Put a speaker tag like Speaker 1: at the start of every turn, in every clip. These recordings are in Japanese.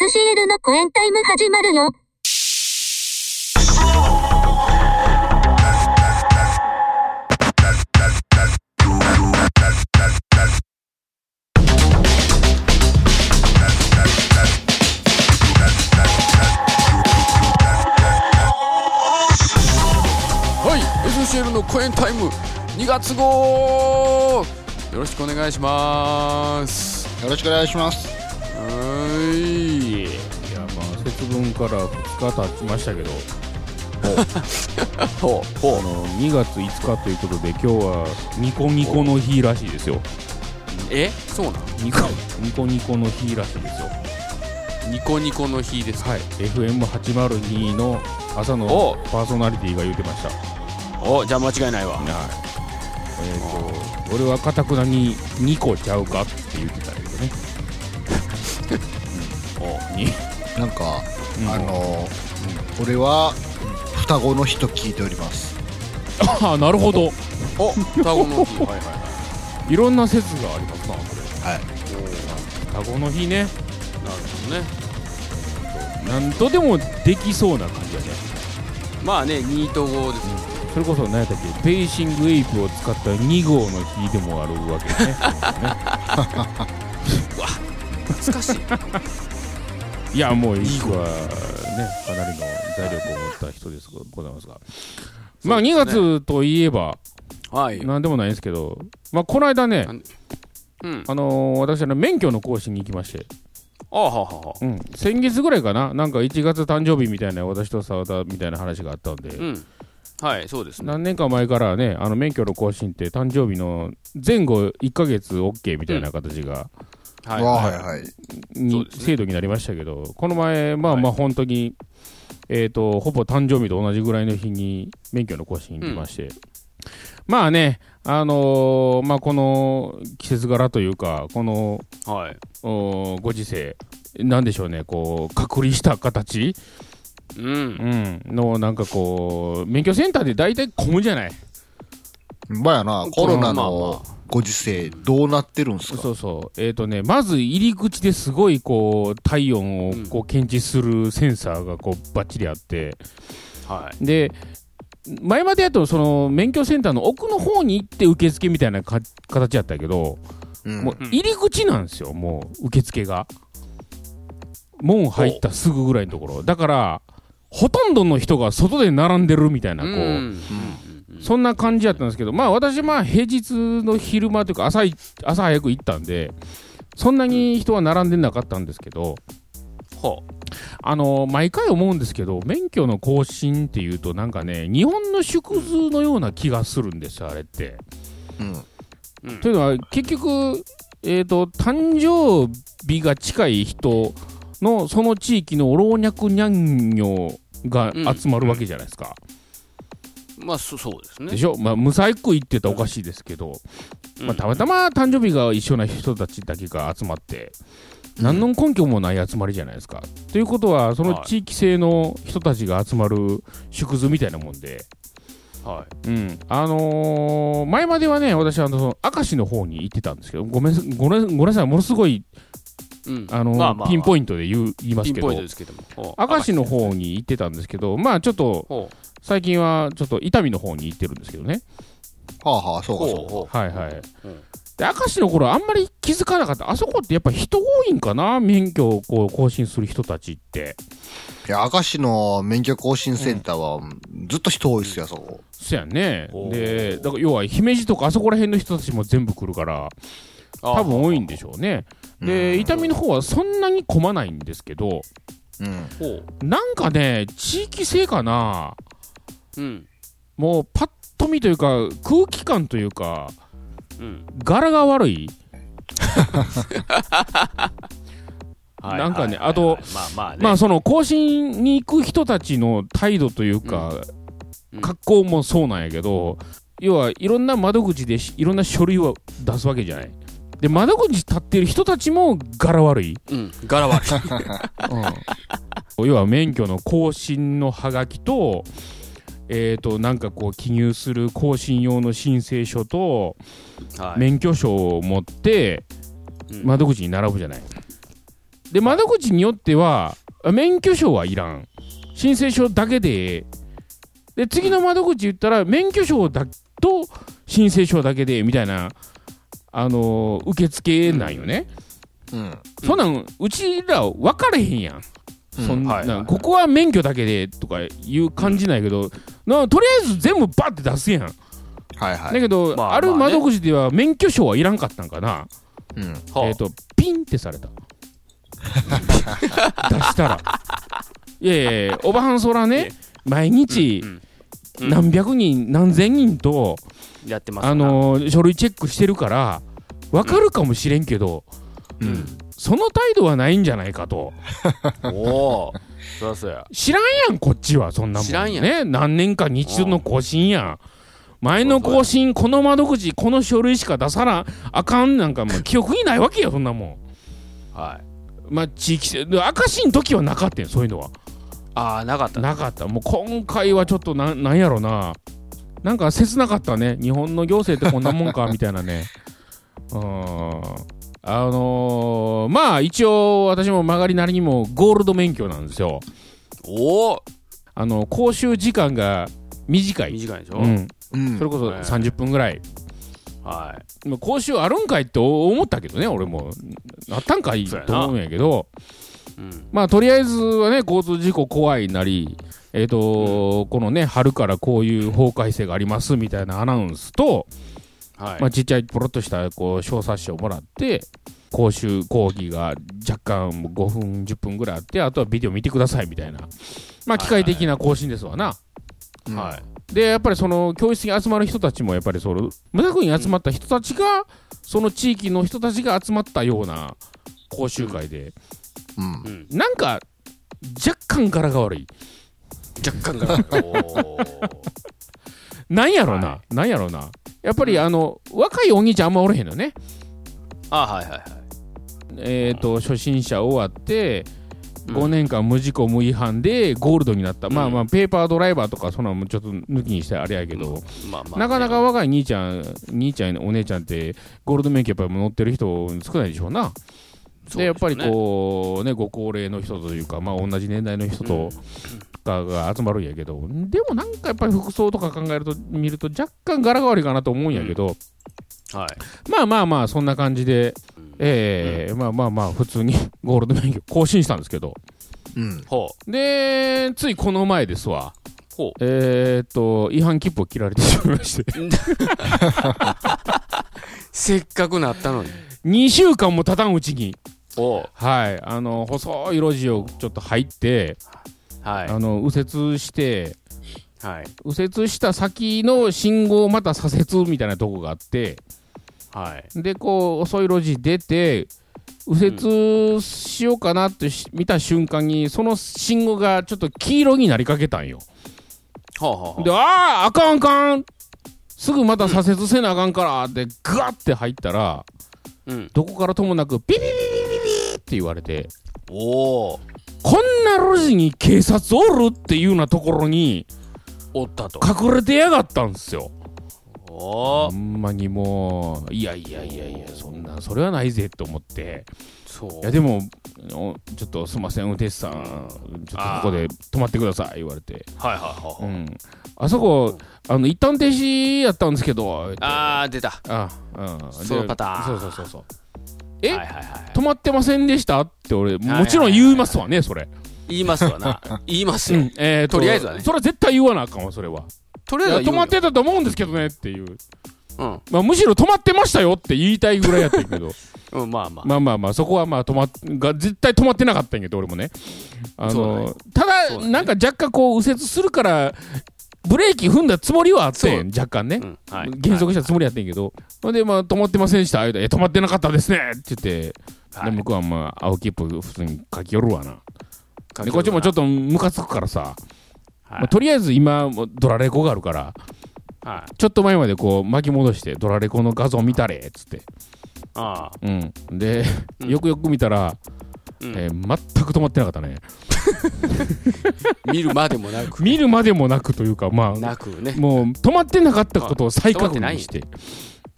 Speaker 1: SCL のコエンタイム始まるよ。
Speaker 2: はい SCL の公演タイム2月号よろしくお願いします
Speaker 3: よろしくお願いします。
Speaker 2: はーい
Speaker 4: いやまあ節分から2日経ちましたけど
Speaker 2: ほうほ
Speaker 4: あの2月5日ということで今日はニコニコの日らしいですよ
Speaker 2: えそうなん
Speaker 4: ニコニコニコの日らしいですよ
Speaker 2: ニコニコの日ですか
Speaker 4: はい FM802 の朝
Speaker 2: お
Speaker 4: のパーソナリティが言ってましたはい
Speaker 2: おじゃあ間違いないわ
Speaker 4: えっ、と俺はかたくなにニコちゃうかって言ってたけどね
Speaker 3: なんか、
Speaker 4: うん
Speaker 3: あの、俺は双子の日と聞いております。
Speaker 4: ああなるほど
Speaker 2: お双子の日 はいはい
Speaker 4: いろんな説がありますなこ
Speaker 3: はい。
Speaker 4: れ双子の日ね
Speaker 2: なるほどね
Speaker 4: なんとでもできそうな感じだね
Speaker 2: まあね2と5ですよ
Speaker 4: それこそ何やったっけペーシングエイプを使った2号の日でもあるわけね
Speaker 2: 懐かしい
Speaker 4: いやもう一個はねかなりの財力を持った人ですがございますがま
Speaker 2: そ
Speaker 4: あ
Speaker 2: うで
Speaker 4: 2
Speaker 2: すね
Speaker 4: 月といえば
Speaker 2: はい
Speaker 4: 何でもないんですけどまあこの間ね
Speaker 2: なんうん
Speaker 4: あのー私はね免許の更新に行きまして、
Speaker 2: あははは
Speaker 4: うん、先月ぐらいかななんか1月誕生日みたいな私と澤田みたいな話があったんで、
Speaker 2: うんはいそうですね
Speaker 4: 何年か前からはねあの免許の更新って誕生日の前後1ヶ月 OK みたいな形が、
Speaker 2: はい
Speaker 3: わ
Speaker 2: は
Speaker 3: あ
Speaker 2: い
Speaker 3: はいはい。
Speaker 2: そう
Speaker 4: に
Speaker 2: ですね
Speaker 4: 制度になりましたけど、この前、まあ
Speaker 2: はい
Speaker 4: まあ、本当に、えっ、と、ほぼ誕生日と同じぐらいの日に免許の更新に来まして、まあね、あのーまあ、この季節柄というか、この
Speaker 2: はい
Speaker 4: おーご時世、なんでしょうね、こう、隔離した形、
Speaker 2: う
Speaker 4: うんん、の、なんかこう、免許センターで大体混むじゃない。
Speaker 3: まあやな、コロナ
Speaker 2: まあま
Speaker 3: のご時世どうなってるんすか
Speaker 4: そうそう、えっ、とね、まず入り口ですごい、こう、体温をこう検知するセンサーが、こう、ばっちりあって、
Speaker 2: はい
Speaker 4: で前までやとその免許センターの奥の方に行って受付みたいなか形やったけど、
Speaker 3: うん
Speaker 4: もう入り口なんですよもう受付が門入ったすぐぐらいのところだからほとんどの人が外で並んでるみたいなこう、
Speaker 2: うん
Speaker 4: そんな感じやったんですけどまあ私まあ平日の昼間というか朝い朝早く行ったんでそんなに人は並んでなかったんですけど、
Speaker 2: ほう
Speaker 4: あの毎回思うんですけど、免許の更新っていうと、なんかね、日本の縮図のような気がするんですよ、あれって。
Speaker 3: うん
Speaker 2: うん
Speaker 4: というのは、結局、えーと、誕生日が近い人の、その地域の老若にゃんにょが集まるわけじゃないですか。
Speaker 2: まあそそうですね
Speaker 4: でしょ、まあ、無細工言ってたらおかしいですけど、
Speaker 2: うん
Speaker 4: まあ、たまたま誕生日が一緒な人たちだけが集まって、何の根拠もない集まりじゃないですか。ということは、その地域性の人たちが集まる縮図みたいなもんで、
Speaker 2: は
Speaker 4: うんあのー前まではね、私はあのその明石の方に行ってたんですけど、ごめんなさいごめんごめんなさい、ものすごい、
Speaker 2: いうん
Speaker 4: あのー
Speaker 2: まあまあ
Speaker 4: ピンポイントで言う言います
Speaker 2: ピン
Speaker 4: け
Speaker 2: ポイ
Speaker 4: ど
Speaker 2: ント、ですけどもほう
Speaker 4: 明石の方に行ってたんですけど、まあちょっと、
Speaker 2: ほう
Speaker 4: 最近はちょっと伊丹の方に行ってるんですけどね。
Speaker 3: はあはあ、そう
Speaker 2: ほ
Speaker 3: か
Speaker 2: う
Speaker 3: そうか。
Speaker 2: ほう
Speaker 4: はいはい。
Speaker 2: うん
Speaker 4: で明石の頃あんまり気づかなかったあそこってやっぱ人多いんかな免許をこう更新する人たちって
Speaker 3: いや、明石の免許更新センターはずっと人多いっすよ、そこ。
Speaker 4: そやね
Speaker 2: おー
Speaker 4: でだから要は姫路とかあそこら辺の人たちも全部来るから多分多いんでしょうねで伊丹の方はそんなに混まないんですけど
Speaker 3: うん。
Speaker 2: ほう
Speaker 4: なんかね地域性かな
Speaker 2: うん
Speaker 4: もうパッと見というか空気感というか
Speaker 2: うん
Speaker 4: 柄が悪い
Speaker 2: はい
Speaker 4: なん
Speaker 2: はいは
Speaker 4: かね
Speaker 2: いはい
Speaker 4: あと
Speaker 2: まあまあね
Speaker 4: まあその更新に行く人たちの態度というか、
Speaker 2: うん
Speaker 4: 格好もそうなんやけど、要はいろんな窓口でしいろんな書類を出すわけじゃない。で、窓口立ってる人たちも柄悪い。
Speaker 2: うん柄 悪い
Speaker 4: 要は免許の更新のハガキと、えっ、と、なんかこう記入する更新用の申請書と、
Speaker 2: はい
Speaker 4: 免許証を持って
Speaker 2: うん
Speaker 4: 窓口に並ぶじゃない。で、窓口によっては、あ免許証はいらん。申請書だけで、で、次の窓口言ったら、免許証だと申請書だけで、みたいな、あのー受付なんよね。
Speaker 3: うん。
Speaker 4: そんなん、うちら分かれへんやん。そん
Speaker 5: はいはい
Speaker 4: な
Speaker 5: は
Speaker 4: ん
Speaker 5: い
Speaker 4: ここは免許だけでとかいう感じないけど、なとりあえず全部バッて出すやん。
Speaker 3: はいは
Speaker 4: だ
Speaker 3: い。
Speaker 4: けど、
Speaker 5: まあま
Speaker 4: あ
Speaker 5: あね
Speaker 4: る窓口では免許証はいらんかったんかな。
Speaker 3: うん。
Speaker 5: は
Speaker 4: えっ、と、ピンってされた。 出したら。いやいやいや、おばはんそら
Speaker 5: い
Speaker 4: ね
Speaker 5: え、
Speaker 4: 毎日
Speaker 5: うんうん
Speaker 4: 何百人、何千人と、
Speaker 5: やってますから
Speaker 4: あのー書類チェックしてるから、わかるかもしれんけど、
Speaker 3: うん。
Speaker 4: その態度はないんじゃないかと。
Speaker 5: おおそうそうや
Speaker 4: 知らんやん、こっちは、そんなもん。
Speaker 2: 知らんやん
Speaker 4: ね、何年かに一度の更新やん。前の更新、この窓口、この書類しか出さなあかんなんか、もう記憶にないわけよ、そんなもん。
Speaker 5: はい
Speaker 4: まあ、地域性、で明石の時はなかったよ、そういうのは。
Speaker 5: ああなかった
Speaker 4: なかった。もう今回はちょっとな、なんやろな。なんか切なかったね。日本の行政ってこんなもんか、みたいなね。うーん。あのー、まあ一応私も曲がりなりにもゴールド免許なんですよ。
Speaker 2: おお
Speaker 4: あの、講習時間が短い。
Speaker 5: 短いでしょ、
Speaker 4: うん。
Speaker 3: うん
Speaker 4: それこそ
Speaker 5: はい
Speaker 4: 30分ぐらい。
Speaker 5: は
Speaker 4: まあ講習あるんかいって思ったけどね、俺も。あったんかいと思うんやけど。
Speaker 5: い、うん、
Speaker 4: まあとりあえずはね交通事故怖いなり、えーとこのね春からこういう法改正がありますみたいなアナウンスと、
Speaker 5: はい、
Speaker 4: まあ、ちっちゃいポロっとしたこう小冊子をもらって講習講義が若干もう5分10分ぐらいあってあとはビデオ見てくださいみたいな、まあ、機械的な更新ですわな。
Speaker 3: うん
Speaker 5: はい
Speaker 4: でやっぱりその教室に集まる人たちもやっぱりその無駄に集まった人たちが、その地域の人たちが集まったような講習会で、
Speaker 3: うん。
Speaker 5: うん
Speaker 4: なんか若干柄が悪い。
Speaker 5: 若干が お
Speaker 4: なんやろな、
Speaker 5: は
Speaker 4: なんやろな。やっぱり、
Speaker 5: うん
Speaker 4: あの、若いお兄ちゃんあんまおれへんのね。
Speaker 5: ああはいはいはい
Speaker 4: えっ、と、初心者終わって、
Speaker 5: うん
Speaker 4: 5年間無事故無違反でゴールドになった。
Speaker 5: うん
Speaker 4: まあまあ、ペーパードライバーとか、そんなのもちょっと抜きにしてあれやけど、
Speaker 5: まあまあ、
Speaker 4: なかなか若い兄ちゃん、兄ちゃん、お姉ちゃんって、ゴールド免許やっぱり乗ってる人少ないでしょうな。でやっぱりこうねご高齢の人というかまあ同じ年代の人とかが集まるんやけど、でもなんかやっぱり服装とか考えると見ると若干柄が悪いかなと思うんやけど、
Speaker 5: うはい
Speaker 4: まあまあまあそんな感じで、
Speaker 5: ん
Speaker 4: えーまあまあまあ普通に ゴールド免許更新したんですけど
Speaker 3: うん。
Speaker 5: ほ
Speaker 4: でついこの前ですわ
Speaker 5: うほ
Speaker 4: えー、っと違反切符を切られてしまいまして
Speaker 2: せっかくなったのに。
Speaker 4: 2週間も経たんうちに
Speaker 5: うおう
Speaker 4: はいあの細い路地をちょっと入って、
Speaker 5: はい
Speaker 4: あの右折して
Speaker 5: はい
Speaker 4: 右折した先の信号をまた左折みたいなとこがあって
Speaker 5: はい
Speaker 4: でこう遅い路地出て右折しようかなってし見た瞬間にその信号がちょっと黄色になりかけたんよ
Speaker 5: ほうほうほう
Speaker 4: であああかんあかんすぐまた左折せなあかんからってグワッて入ったら
Speaker 5: うん
Speaker 4: どこからともなくビビビビビビって言われて
Speaker 5: おお
Speaker 4: こんな路地に警察おるっていうようなところに
Speaker 5: おったと
Speaker 4: 隠れてやがったんですよ
Speaker 5: お
Speaker 4: ほ
Speaker 5: お
Speaker 4: んまにもういやいやいやいやそんなそれはないぜと思って
Speaker 5: そう
Speaker 4: いやでもおちょっとすいません運転手さんちょっとここで止まってください言われて
Speaker 5: はいはいはいは
Speaker 4: う
Speaker 5: い
Speaker 4: んあそこあの一旦停止やったんですけど
Speaker 5: ああ出たは
Speaker 4: あうん
Speaker 5: そのパターン
Speaker 4: でそうそうそうそう
Speaker 5: い
Speaker 4: え、
Speaker 5: はいはい
Speaker 4: 止まってませんでしたって俺もちろん言いますわねそれ
Speaker 5: 言いますわな言いますよ、
Speaker 4: うんえー
Speaker 5: とりあえずはね
Speaker 4: それは絶対言わなあかんわそれは
Speaker 5: と
Speaker 4: い
Speaker 5: りあえず
Speaker 4: や
Speaker 5: は言
Speaker 4: 止
Speaker 5: う
Speaker 4: ま
Speaker 5: よ
Speaker 4: ってたと思うんですけどねっていう
Speaker 5: うん
Speaker 4: まあむしろ止まってましたよって言いたいぐらいやったけど
Speaker 5: うんまあまあ
Speaker 4: まあまあまあ、そこはまあ止まっが、絶対止まってなかったんやけど、俺もね。あ
Speaker 5: そうだ
Speaker 4: の
Speaker 5: ね
Speaker 4: た
Speaker 5: そう
Speaker 4: だ、
Speaker 5: だね
Speaker 4: なんか若干こう、右折するから、ブレーキ踏んだつもりはあってん、若干ね
Speaker 5: う。んはい
Speaker 4: 減速したつもりやったんやけど、ほんで、まあ、止まってませんでした、あ言うたらえ止まってなかったですねって言って、
Speaker 5: はい
Speaker 4: で向こうはまあ、青切符、普通に書き寄るわな。
Speaker 5: 書き込む
Speaker 4: で、
Speaker 5: な
Speaker 4: こっちもちょっとムカつくからさ、
Speaker 5: はい
Speaker 4: まあとりあえず今、もうドラレコがあるから、
Speaker 5: はい
Speaker 4: ちょっと前までこう、巻き戻して、ドラレコの画像見たれっつって。
Speaker 5: ああ
Speaker 4: うん、で、
Speaker 5: うん
Speaker 4: よくよく見たら、
Speaker 5: うん
Speaker 4: えー全く止まってなかったね
Speaker 2: 見るまでもなく。
Speaker 4: 見るまでもなくというかまあ
Speaker 5: なくね
Speaker 4: もう止まってなかったことを再確認して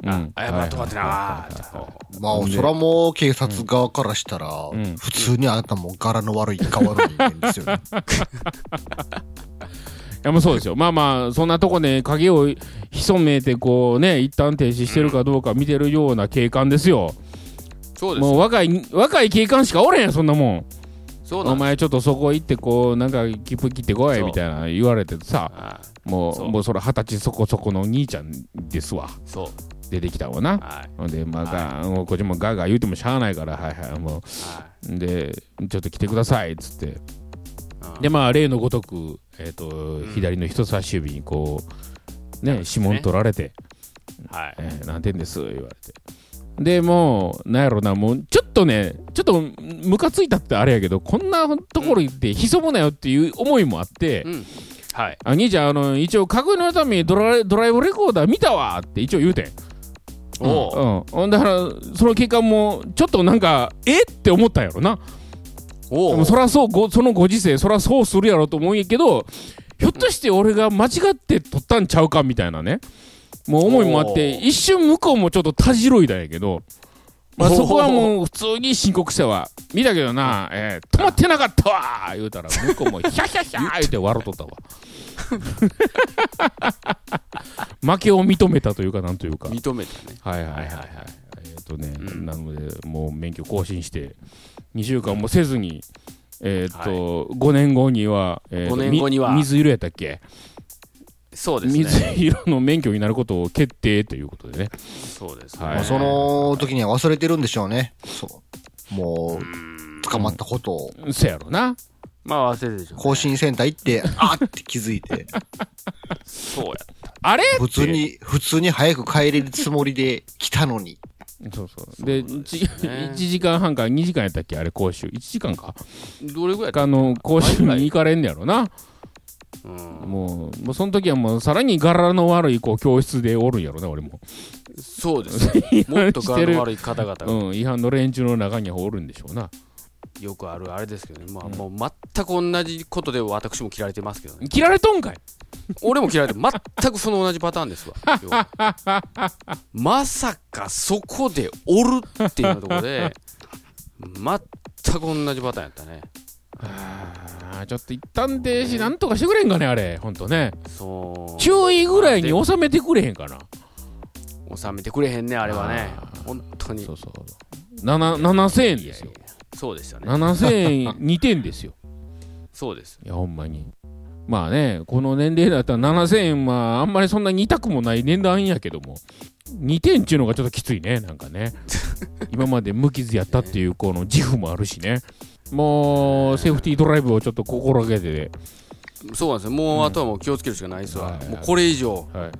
Speaker 4: うん
Speaker 5: あ、やっぱ止まってな
Speaker 4: はいはいはい
Speaker 5: あ
Speaker 4: はい
Speaker 5: ーって
Speaker 3: まあ、そらもう警察側からしたら、
Speaker 4: ん
Speaker 3: 普通にあなたも柄の悪い、変わる人間ですよね。
Speaker 4: いやまあそうですよ。まあまあ、そんなとこで影を潜めて、こうね、一旦停止してるかどうか見てるような警官ですよ。
Speaker 2: そうです
Speaker 4: もう若い、若い警官しかおれへん、そんなもん。
Speaker 2: そうな
Speaker 4: お
Speaker 2: んです
Speaker 4: 前ちょっとそこ行って、こう、なんか切符切ってこい、
Speaker 5: そう
Speaker 4: みたいな言われてさ、
Speaker 5: あー
Speaker 4: も、
Speaker 5: そうう
Speaker 4: もうそれ二十歳そこそこの兄ちゃんですわ。
Speaker 5: そう。
Speaker 4: 出てきたわな。
Speaker 5: はい。
Speaker 4: ほんで、まあ、ガーンもうこっちもガーガー言うてもしゃあないから、はいはい、も
Speaker 5: は
Speaker 4: う。で、ちょっと来てください、つって。
Speaker 5: い。
Speaker 4: で
Speaker 5: も、
Speaker 4: まあ例のごとく、えーと
Speaker 5: ん
Speaker 4: 左の人差し指にこう、ね、指紋取られて
Speaker 5: はい
Speaker 4: 「え。ー何点です」言われてでもうなんやろなもうちょっとねちょっとムカついたってあれやけどこんなところ行って潜むなよっていう思いもあって
Speaker 5: うん。はい。
Speaker 4: あ兄ちゃんあの一応確認のためにドラドライブレコーダー見たわって一応言うてん
Speaker 5: お
Speaker 4: う
Speaker 5: お。
Speaker 4: んほんだからその結果もちょっとなんかえって思ったんやろなで
Speaker 5: お
Speaker 4: も
Speaker 5: お。
Speaker 4: そらそうごそのご時世そらそうするやろと思うんやけどひょっとして俺が間違って取ったんちゃうかみたいなねもう思いもあって
Speaker 5: おー
Speaker 4: 一瞬向こうもちょっとたじろいだんやけど、まあ、
Speaker 5: おー
Speaker 4: そこはもう普通に申告したわ見たけどな、えー止まってなかったわ言うたら向こうもヒャヒャヒャー言うて笑うとったわ負けを認めたというかなんというか
Speaker 2: 認めたね
Speaker 4: はいはいはいは
Speaker 5: は
Speaker 4: い
Speaker 5: いはいはい
Speaker 4: えっ、とね、
Speaker 5: うん
Speaker 4: なのでもう免許更新して2週間もせずにえっ、と、5年後には、えーと
Speaker 5: 5年後には
Speaker 4: み水色やったっけ、
Speaker 5: そうですね。
Speaker 4: 水色の免許になることを決定ということでね
Speaker 5: そうです
Speaker 4: はい
Speaker 3: まあ、
Speaker 5: ね。
Speaker 3: その時には忘れてるんでしょうね。そう。もう、捕まったことを、
Speaker 4: せやろな
Speaker 5: まあ、忘れてるでしょうね。
Speaker 3: 更新センター行って、あーって気づいて、
Speaker 5: そうや。
Speaker 4: あれ
Speaker 3: 普通に、普通に早く帰れるつもりで来たのに。
Speaker 4: そうそうでち
Speaker 5: ね
Speaker 4: 1時間半か2時間やったっけあれ講習1時間か
Speaker 2: どれぐらい
Speaker 4: あの講習に行かれんねやろな
Speaker 5: うん。
Speaker 4: もうもうその時はもうさらに柄の悪いこう教室でおるんやろな俺も
Speaker 2: そう ですねもっと
Speaker 4: して
Speaker 2: 柄
Speaker 4: る
Speaker 2: の悪い方々が
Speaker 4: うん、違反の連中の中にはおるんでしょうな。
Speaker 5: よくあるあれですけどね。まあ、もう全く同じことで私も切られてますけどね。
Speaker 4: 切られとんかい
Speaker 5: 俺も切られて、全くその同じパターンですわ。要はまさかそこでおるっていうようなところで、全く同じパターンやったね。
Speaker 4: あーちょっと一旦停止なんとかしてくれんかね、あれ。ほんとね。
Speaker 5: そう。
Speaker 4: 注意ぐらいに収めてくれへんかな。
Speaker 5: 収めてくれへんね、あれはね
Speaker 4: あ。
Speaker 5: 本当に
Speaker 4: そ。うそう。な7000円です
Speaker 5: い。
Speaker 4: よ
Speaker 5: やいやそうですよね。
Speaker 4: 7000円、2点ですよ。
Speaker 5: そうです。
Speaker 4: いや、ほんまに。まあね、この年齢だったら7000円はあんまりそんなに痛くもない値段やけども、2点っていうのがちょっときついね、なんか ね。今まで無傷やったっていうこの自負もあるしね。もう、セーフティードライブをちょっと心がけて、
Speaker 5: そうなんですよ。もうあとはもう気をつけるしかないですわ
Speaker 4: は。い
Speaker 5: もうこれ以上
Speaker 4: は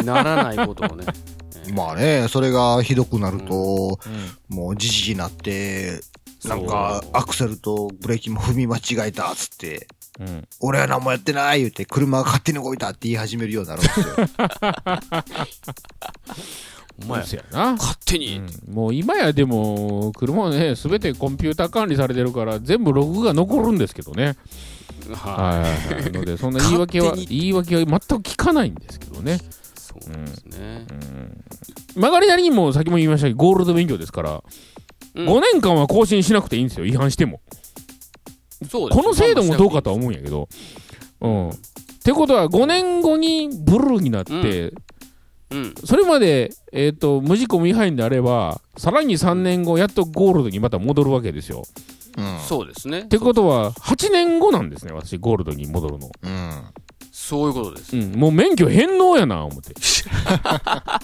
Speaker 4: い。
Speaker 5: ならないことをね。
Speaker 3: まあね、それがひどくなると、もうじじになって、なんか
Speaker 5: そう
Speaker 3: アクセルとブレーキも踏み間違えたっつって、
Speaker 4: うん。
Speaker 3: 俺は何もやってない言うて、車が勝手に動いたって言い始めるようになるんですよ。
Speaker 5: お前、
Speaker 4: そうやな。
Speaker 5: 勝手に。
Speaker 4: うんもう今やでも、車はね、すべてコンピューター管理されてるから、全部ログが残るんですけどね。
Speaker 5: は
Speaker 4: はいはいはい。な ので、そんな言い訳は、
Speaker 5: 勝手に
Speaker 4: 言い訳は全く聞かないんですけどね。
Speaker 5: い。そうなんですね。
Speaker 4: 曲がりなりにも、先も言いましたけど、ゴールド免許ですから、
Speaker 5: うん
Speaker 4: 5年間は更新しなくていいんですよ、違反しても。
Speaker 5: そうです
Speaker 4: この制度もどうかとは思うんやけど。うん。ってことは、5年後にブルーになって、
Speaker 5: うん。
Speaker 4: それまで、えー、と無事故無違反であれば、さらに3年後、やっとゴールドにまた戻るわけですよ。
Speaker 3: うん。
Speaker 5: そうですね
Speaker 4: っ。てことは、8年後なんですね、私、ゴールドに戻るの。
Speaker 3: うん。
Speaker 5: そういうことです
Speaker 4: う。ん、もう免許返納やな、思 って。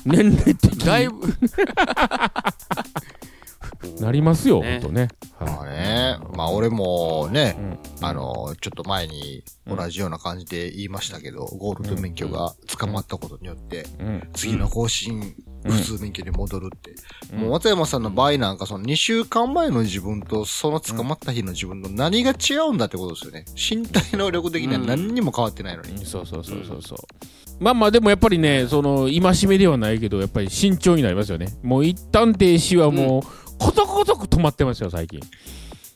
Speaker 4: 年齢的
Speaker 5: だい
Speaker 4: に
Speaker 5: ぶ。
Speaker 4: なりますよ、
Speaker 5: ね
Speaker 4: ほんとね。
Speaker 3: まあ
Speaker 4: は
Speaker 3: ね、まあ俺もね、
Speaker 4: ん
Speaker 3: あの、ちょっと前に同じような感じで言いましたけど、ゴールド免許が捕まったことによって、
Speaker 4: い。うん。
Speaker 3: 次の更新、
Speaker 4: うん
Speaker 3: 普通免許に戻るって。もう松山さんの場合なんか、その2週間前の自分と、その捕まった日の自分の何が違うんだってことですよね。身体能力的には何にも変わってないのに。
Speaker 4: そうそうそうそうそう。まあまあ、でもやっぱりね、その、戒めではないけど、やっぱり慎重になりますよね。もう一旦停止はもう、ことごとく止まってますよ、最近。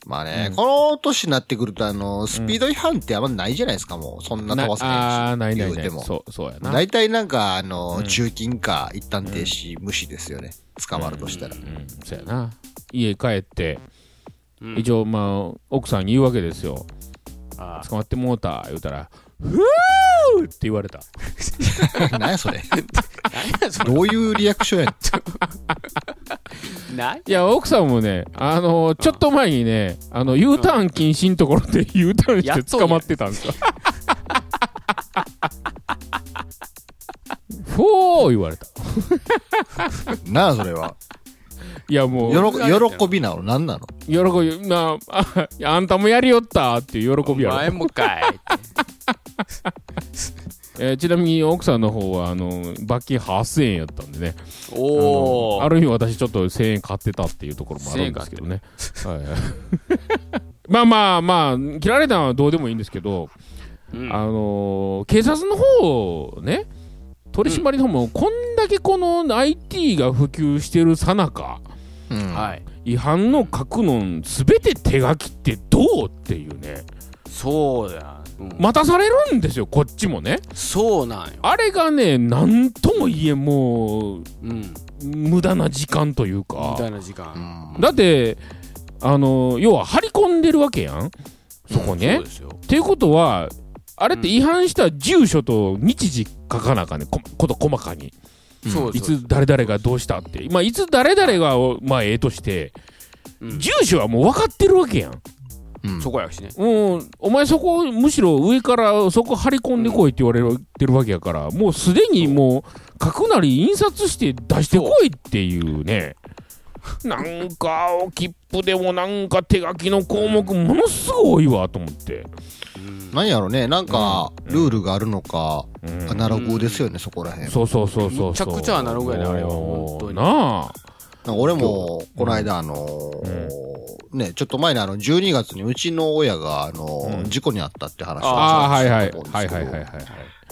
Speaker 3: まあね、この年になってくると、あの、スピード違反ってあんまないじゃないですか、もう。そんな飛ばさ
Speaker 4: ああー、
Speaker 3: な
Speaker 4: ない
Speaker 3: し。
Speaker 4: いない
Speaker 3: 言う
Speaker 4: な
Speaker 3: て
Speaker 4: い。
Speaker 3: も。
Speaker 4: そう、そうやな。
Speaker 3: 大体なんか、あの、重金か、一旦停止、無視ですよね。捕まるとしたら。
Speaker 4: うん、そうやな。家帰って、
Speaker 5: うん
Speaker 4: 一応、まあ、奥さんに言うわけですよ。
Speaker 5: あ
Speaker 4: 捕まってもうた、言うたら、ふーって言われた。
Speaker 3: 何やそれ。
Speaker 5: 何やそれ
Speaker 3: どういうリアクションやん。
Speaker 5: ない
Speaker 4: いや、奥さんもね、あのちょっと前にね、あの、U ターン禁止のところで U ターン
Speaker 5: やっ
Speaker 4: して
Speaker 5: とんや
Speaker 4: 捕まってたんですよ。ほー言われた。
Speaker 3: 何やそれ は。
Speaker 4: いや、もう、
Speaker 3: よろ喜びなの何なの
Speaker 4: 喜び、なあ、いやあんたもやりよったっていう喜びやろ。
Speaker 5: 前もか い
Speaker 4: えーちなみに奥さんの方は、あの、罰金8000円やったんでね。
Speaker 5: おお
Speaker 4: ある日私ちょっと1000円買ってたっていうところもあるんですけどね。はいはい まあまあまあ、切られたのはどうでもいいんですけど、
Speaker 5: うん
Speaker 4: あのー警察の方をね、取り締まりの方も、こんだけこの IT が普及してるさなか、
Speaker 3: うん。
Speaker 5: はい
Speaker 4: 違反の書くのすべて手書きってどうっていうね、
Speaker 5: そうだ、うん
Speaker 4: 待たされるんですよ、こっちもね。
Speaker 5: そうなんよ、
Speaker 4: あれがね、なんとも言え、もう、
Speaker 5: うん、み
Speaker 4: 無駄な時間というか。
Speaker 5: たいな時
Speaker 3: う
Speaker 5: 間、
Speaker 3: ん
Speaker 4: だって、あの要は張り込んでるわけやん、そこね。
Speaker 5: そう
Speaker 4: っ
Speaker 5: ですよ
Speaker 4: ていうことは、あれって違反した住所と日時書かなあかんねここと細かに。
Speaker 5: そうで
Speaker 4: い
Speaker 5: すそう
Speaker 4: つ誰々がどうしたって、まあ、いつ誰々がを、まあ、ええとして、
Speaker 5: うん
Speaker 4: 住所はもう分かってるわけやん。
Speaker 3: うん
Speaker 5: そこやしね
Speaker 4: うん、お前そこ、むしろ上からそこ張り込んでこいって言われてるわけやから、もうすでにもう、書くなり印刷して出してこいっていうね。なんか、切符でもなんか手書きの項目、ものすごい多いわと思って。
Speaker 3: 何やろね、なんか、ルールがあるのか、
Speaker 4: うん
Speaker 3: アナログですよね、そこらへん。
Speaker 4: そうそうそうそう。
Speaker 5: むちゃくちゃアナログやねあれは本当に
Speaker 4: なあ。
Speaker 3: なんか俺も、この間、あのーね、ちょっと前にあの、12月にうちの親が、あのー
Speaker 4: うん
Speaker 3: 事故にあったって話を
Speaker 4: ああ、はいは
Speaker 3: し
Speaker 4: い。
Speaker 3: たと思うん
Speaker 4: はい
Speaker 3: ですけ
Speaker 4: は
Speaker 3: ど
Speaker 4: いはいはい。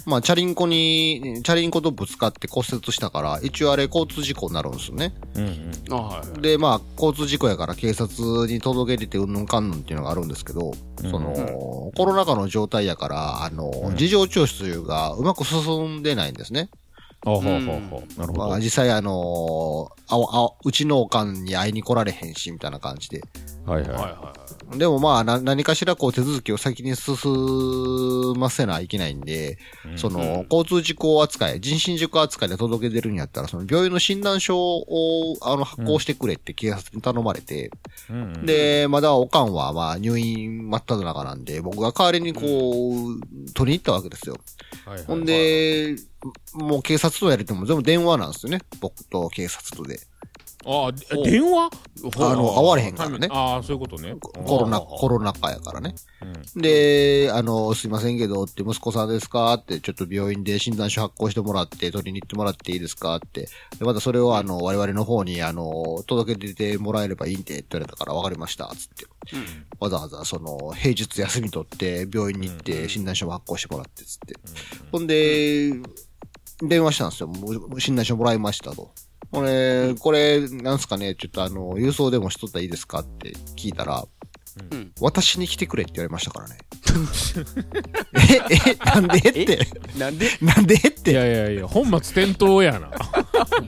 Speaker 3: まあ、チャリンコに、チャリンコとぶつかって骨折したから、一応あれ交通事故になるんですよね。
Speaker 4: うんうん。
Speaker 5: あはいはい
Speaker 3: で、まあ、交通事故やから警察に届け出てうんぬんかんぬんっていうのがあるんですけど、その、コロナ禍の状態やから、あのー、事情聴取がうまく進んでないんですね。
Speaker 4: あほうほうほう。なるほ
Speaker 3: ま
Speaker 4: ど
Speaker 3: あ、。実際あのーあおあおうちのおかんに会いに来られへんし、みたいな感じで。
Speaker 4: はい
Speaker 5: はい
Speaker 4: は
Speaker 5: は
Speaker 3: でもまあ、な何かしらこう手続きを先に進ませないけないんで、その、交通事故扱い、人身事故扱いで届け出るんやったら、その病院の診断書を、あの、発行してくれって警察に頼まれて、
Speaker 4: い。うんうん
Speaker 3: で、まだおかんはまあ入院真っ只中なんで、僕が代わりにこう、取りに行ったわけですよ。
Speaker 4: はいはい
Speaker 3: ほんで、もう警察とやれても全部電話なんですよね。僕と警察とで。
Speaker 4: あ、で電話
Speaker 5: いほ
Speaker 3: あ
Speaker 5: ら
Speaker 3: の、会われへんからね。
Speaker 4: ああ、そういうことね。
Speaker 3: コロナ、コロナ禍やからね。で、あの、すいませんけどって、息子さんですかって、ちょっと病院で診断書発行してもらって、取りに行ってもらっていいですかって。で、またそれを、あの、我々の方に、あの、届け出てもらえればいいんで、って言われたから、わかりました、つって。わざわざ、その、平日休み取って、病院に行って、診断書も発行してもらって、つって。ほんで、電話したんですよ。もうもう診断書もらいましたと。俺、これ、なんすかね、ちょっとあの、郵送でもしとったらいいですかって聞いたら、
Speaker 5: うん
Speaker 3: 私に来てくれって言われましたからね。え、え、なんでって。
Speaker 5: なんで
Speaker 3: なんでっ
Speaker 4: い
Speaker 3: て。
Speaker 4: やいやいや、本末転倒やな。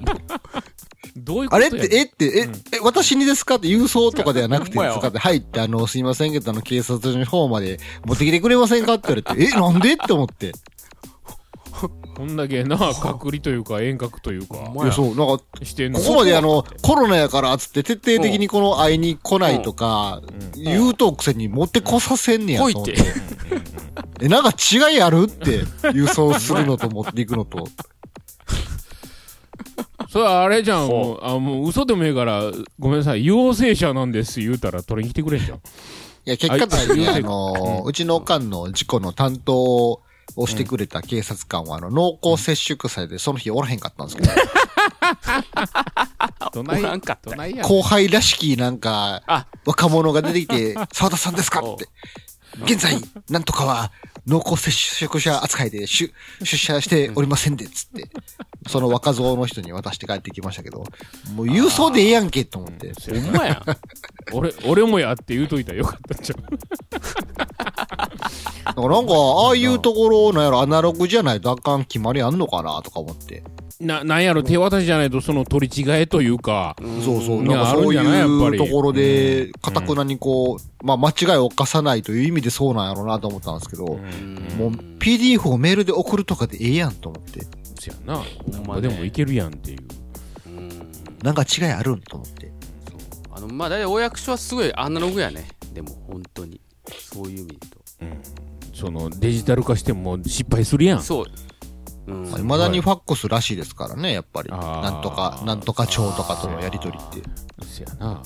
Speaker 4: どういうこ
Speaker 3: あ
Speaker 4: と
Speaker 3: れ
Speaker 4: や
Speaker 3: って、えって、え、え、私にですかって郵送とかではなく
Speaker 5: ほ
Speaker 3: て、
Speaker 5: んま
Speaker 3: で
Speaker 5: や
Speaker 3: すかって、はいって、あの、すいませんけど、あの、警察の方まで持ってきてくれませんかって言われて、え、なんでって思って。
Speaker 4: こんだけな、隔離というか、遠隔というか、
Speaker 3: いや、そう、なんか、
Speaker 4: してんの
Speaker 3: ここまであの、コロナやからっつって徹底的にこの会いに来ないとか、言うとくせに持ってこさせんねやと
Speaker 5: 来
Speaker 3: 思
Speaker 5: い
Speaker 3: っ。
Speaker 5: ってて
Speaker 3: え、なんか違いあるって、 輸送するのと持っていくのと。
Speaker 4: それはあれじゃん、もう、あもう嘘でもええから、ごめんなさい、陽性者なんです言うたら取りに来てくれんじゃん。
Speaker 3: いや、結果的に、
Speaker 4: あ
Speaker 3: あの、うちのおかんの事故の担当をしてくれた警察官は、あの、濃厚接触者でその日おらへんかったんですけど、
Speaker 4: どな
Speaker 5: おら
Speaker 4: い
Speaker 5: ん、かった
Speaker 4: ないや
Speaker 3: 後輩らしきなんか
Speaker 5: あ、
Speaker 3: 若者が出てき て、沢田さんですか
Speaker 5: お
Speaker 3: って。現在、なんとかは濃厚接触者扱いで出出社しておりませんで、つって。その若造の人に渡して帰ってきましたけど、もう郵送でええやんけと思って。
Speaker 4: せや
Speaker 5: ほ
Speaker 4: なん
Speaker 5: まやん。
Speaker 4: 俺、俺もやって言うといたらよかったんちゃう
Speaker 3: だからなんか、ああいうところ、なんやろ、アナログじゃないとあかん決まりあんのかなとか思って。
Speaker 4: な、なんやろ、手渡しじゃないとその取り違えというか、
Speaker 3: そうそう。
Speaker 4: い
Speaker 3: な
Speaker 4: や
Speaker 3: んかそうい
Speaker 4: あるんじゃないやっぱ
Speaker 3: う
Speaker 4: り
Speaker 3: ところで、かたくなにこう、まあ間違いを犯さないという意味でそうなんやろうなと思ったんですけど、もう PDF をメールで送るとかでええやんと思って。
Speaker 4: せやな。
Speaker 5: ん
Speaker 4: なん
Speaker 5: ま
Speaker 4: ぼ
Speaker 5: ね
Speaker 4: でもいけるやんっていう。
Speaker 5: うん
Speaker 3: なんか違いあるんと思って。
Speaker 5: あの、まあ、大体お役所はすごいアナログやね。でも、本当に。そういう意味で言う
Speaker 4: その、デジタル化しても失敗するやん
Speaker 5: と。。そう。うん。
Speaker 3: いまだにファックスらしいですからね、やっぱり。
Speaker 4: あー
Speaker 3: なんとか、なんとか庁とかとのやりとりって。
Speaker 4: せやな。